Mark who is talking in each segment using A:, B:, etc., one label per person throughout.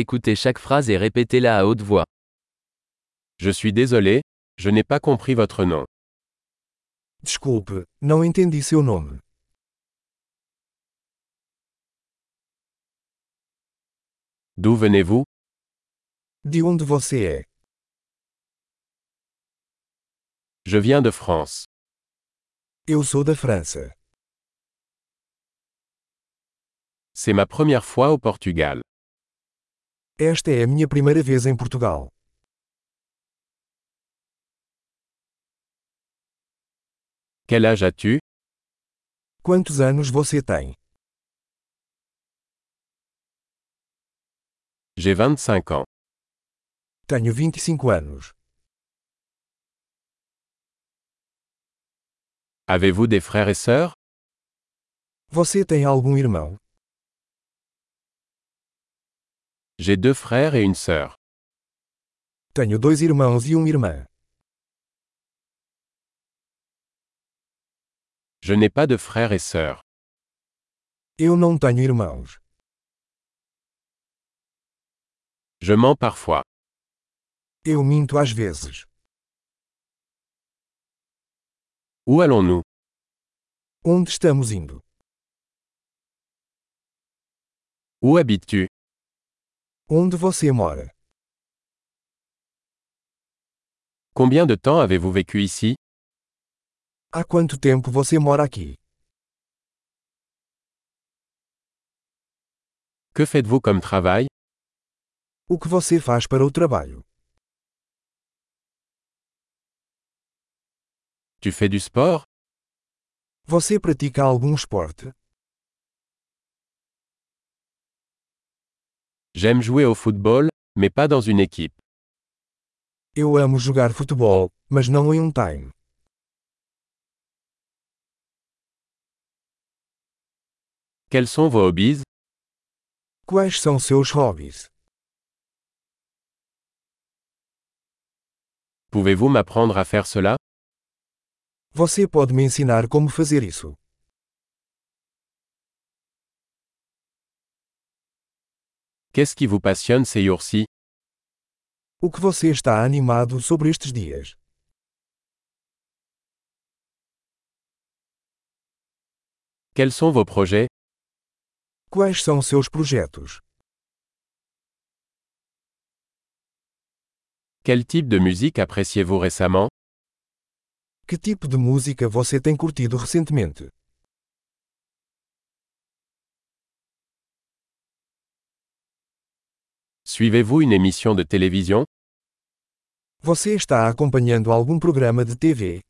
A: Écoutez chaque phrase et répétez-la à haute voix.
B: Je suis désolé, je n'ai pas compris votre nom.
C: Desculpe, não entendi seu nome.
B: D'où venez-vous
C: De onde você é?
B: Je viens de France.
C: Eu sou da França.
B: C'est ma première fois au Portugal.
C: Esta é a minha primeira vez em Portugal.
B: Quel âge as-tu
C: Quantos anos você tem?
B: J'ai 25 ans.
C: Tenho 25 anos.
B: Avez-vous des frères et sœurs
C: Você tem algum irmão?
B: J'ai deux frères et une sœur.
C: Tenho dois irmãos e uma irmã.
B: Je n'ai pas de frères et sœurs.
C: Eu não tenho irmãos.
B: Je mens parfois.
C: Eu minto às vezes.
B: Où allons-nous
C: Onde estamos indo?
B: Où habites-tu
C: Onde você mora?
B: Combien de temps avez-vous vécu ici
C: Há quanto tempo você mora aqui?
B: Que faites-vous comme travail
C: O que você faz para o trabalho?
B: Tu fais du sport
C: Você pratica algum esporte?
B: J'aime jouer au football, mais pas dans une équipe.
C: Eu amo jogar futebol, mas não em um time.
B: Quels sont vos hobbies
C: Quais são seus hobbies?
B: Pouvez-vous m'apprendre à faire cela
C: Você pode me ensinar como fazer isso?
B: Qu'est-ce qui vous passionne ces jours-ci
C: O que você está animado sobre estes dias?
B: Quels sont vos projets
C: Quais são seus projetos?
B: Quel type de musique appréciez-vous récemment
C: Que tipo de música você tem curtido recentemente?
B: Suivez-vous une émission de télévision
C: Você está acompanhando algum programa de TV?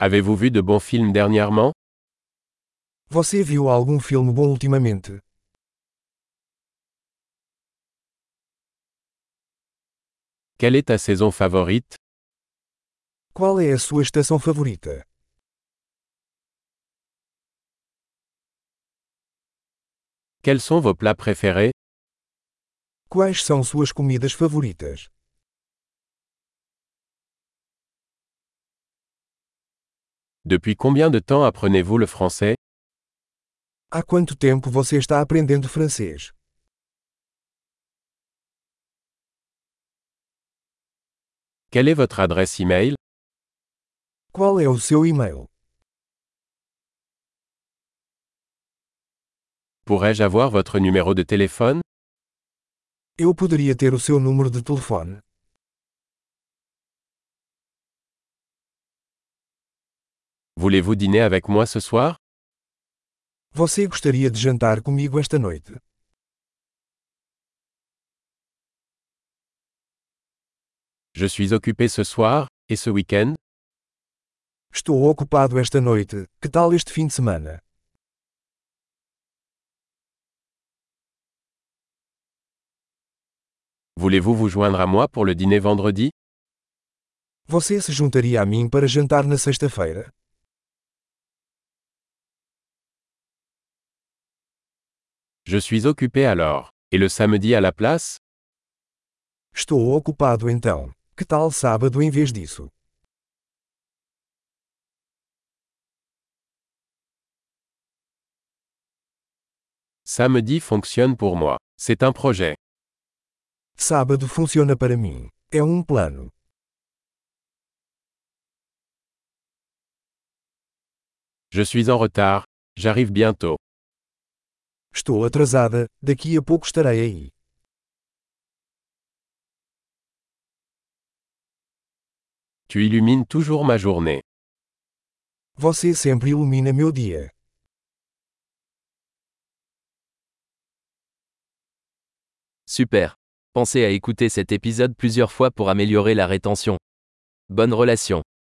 B: Avez-vous vu de bons films dernièrement
C: Você viu algum filme bom ultimamente?
B: Quelle est ta saison favorite
C: Qual é a sua estação favorita?
B: Quels sont vos plats préférés
C: Quais são suas comidas favoritas?
B: Depuis combien de temps apprenez-vous le français
C: Há quanto tempo você está aprendendo francês?
B: Quelle est votre adresse e-mail
C: Qual é o seu e-mail?
B: Pourrais-je avoir votre numéro de téléphone
C: Eu poderia ter o seu número de telefone?
B: Voulez-vous dîner avec moi ce soir
C: Você gostaria de jantar comigo esta noite?
B: Je suis occupé ce soir et ce week-end.
C: Estou ocupado esta noite, que tal este fim de semana?
B: Voulez-vous vous joindre à moi pour le dîner vendredi
C: Você se juntaria a mim para jantar na sexta-feira?
B: Je suis occupé alors. Et le samedi à la place
C: Estou ocupado então. Que tal sábado em vez disso?
B: Samedi fonctionne pour moi. C'est un projet.
C: Sábado funciona para mim. É um plano.
B: Je suis en retard. J'arrive bientôt.
C: Estou atrasada, daqui a pouco estarei aí.
B: Tu illumines toujours ma journée.
C: Você sempre ilumina meu dia.
A: Super. Pensez à écouter cet épisode plusieurs fois pour améliorer la rétention. Bonne relation.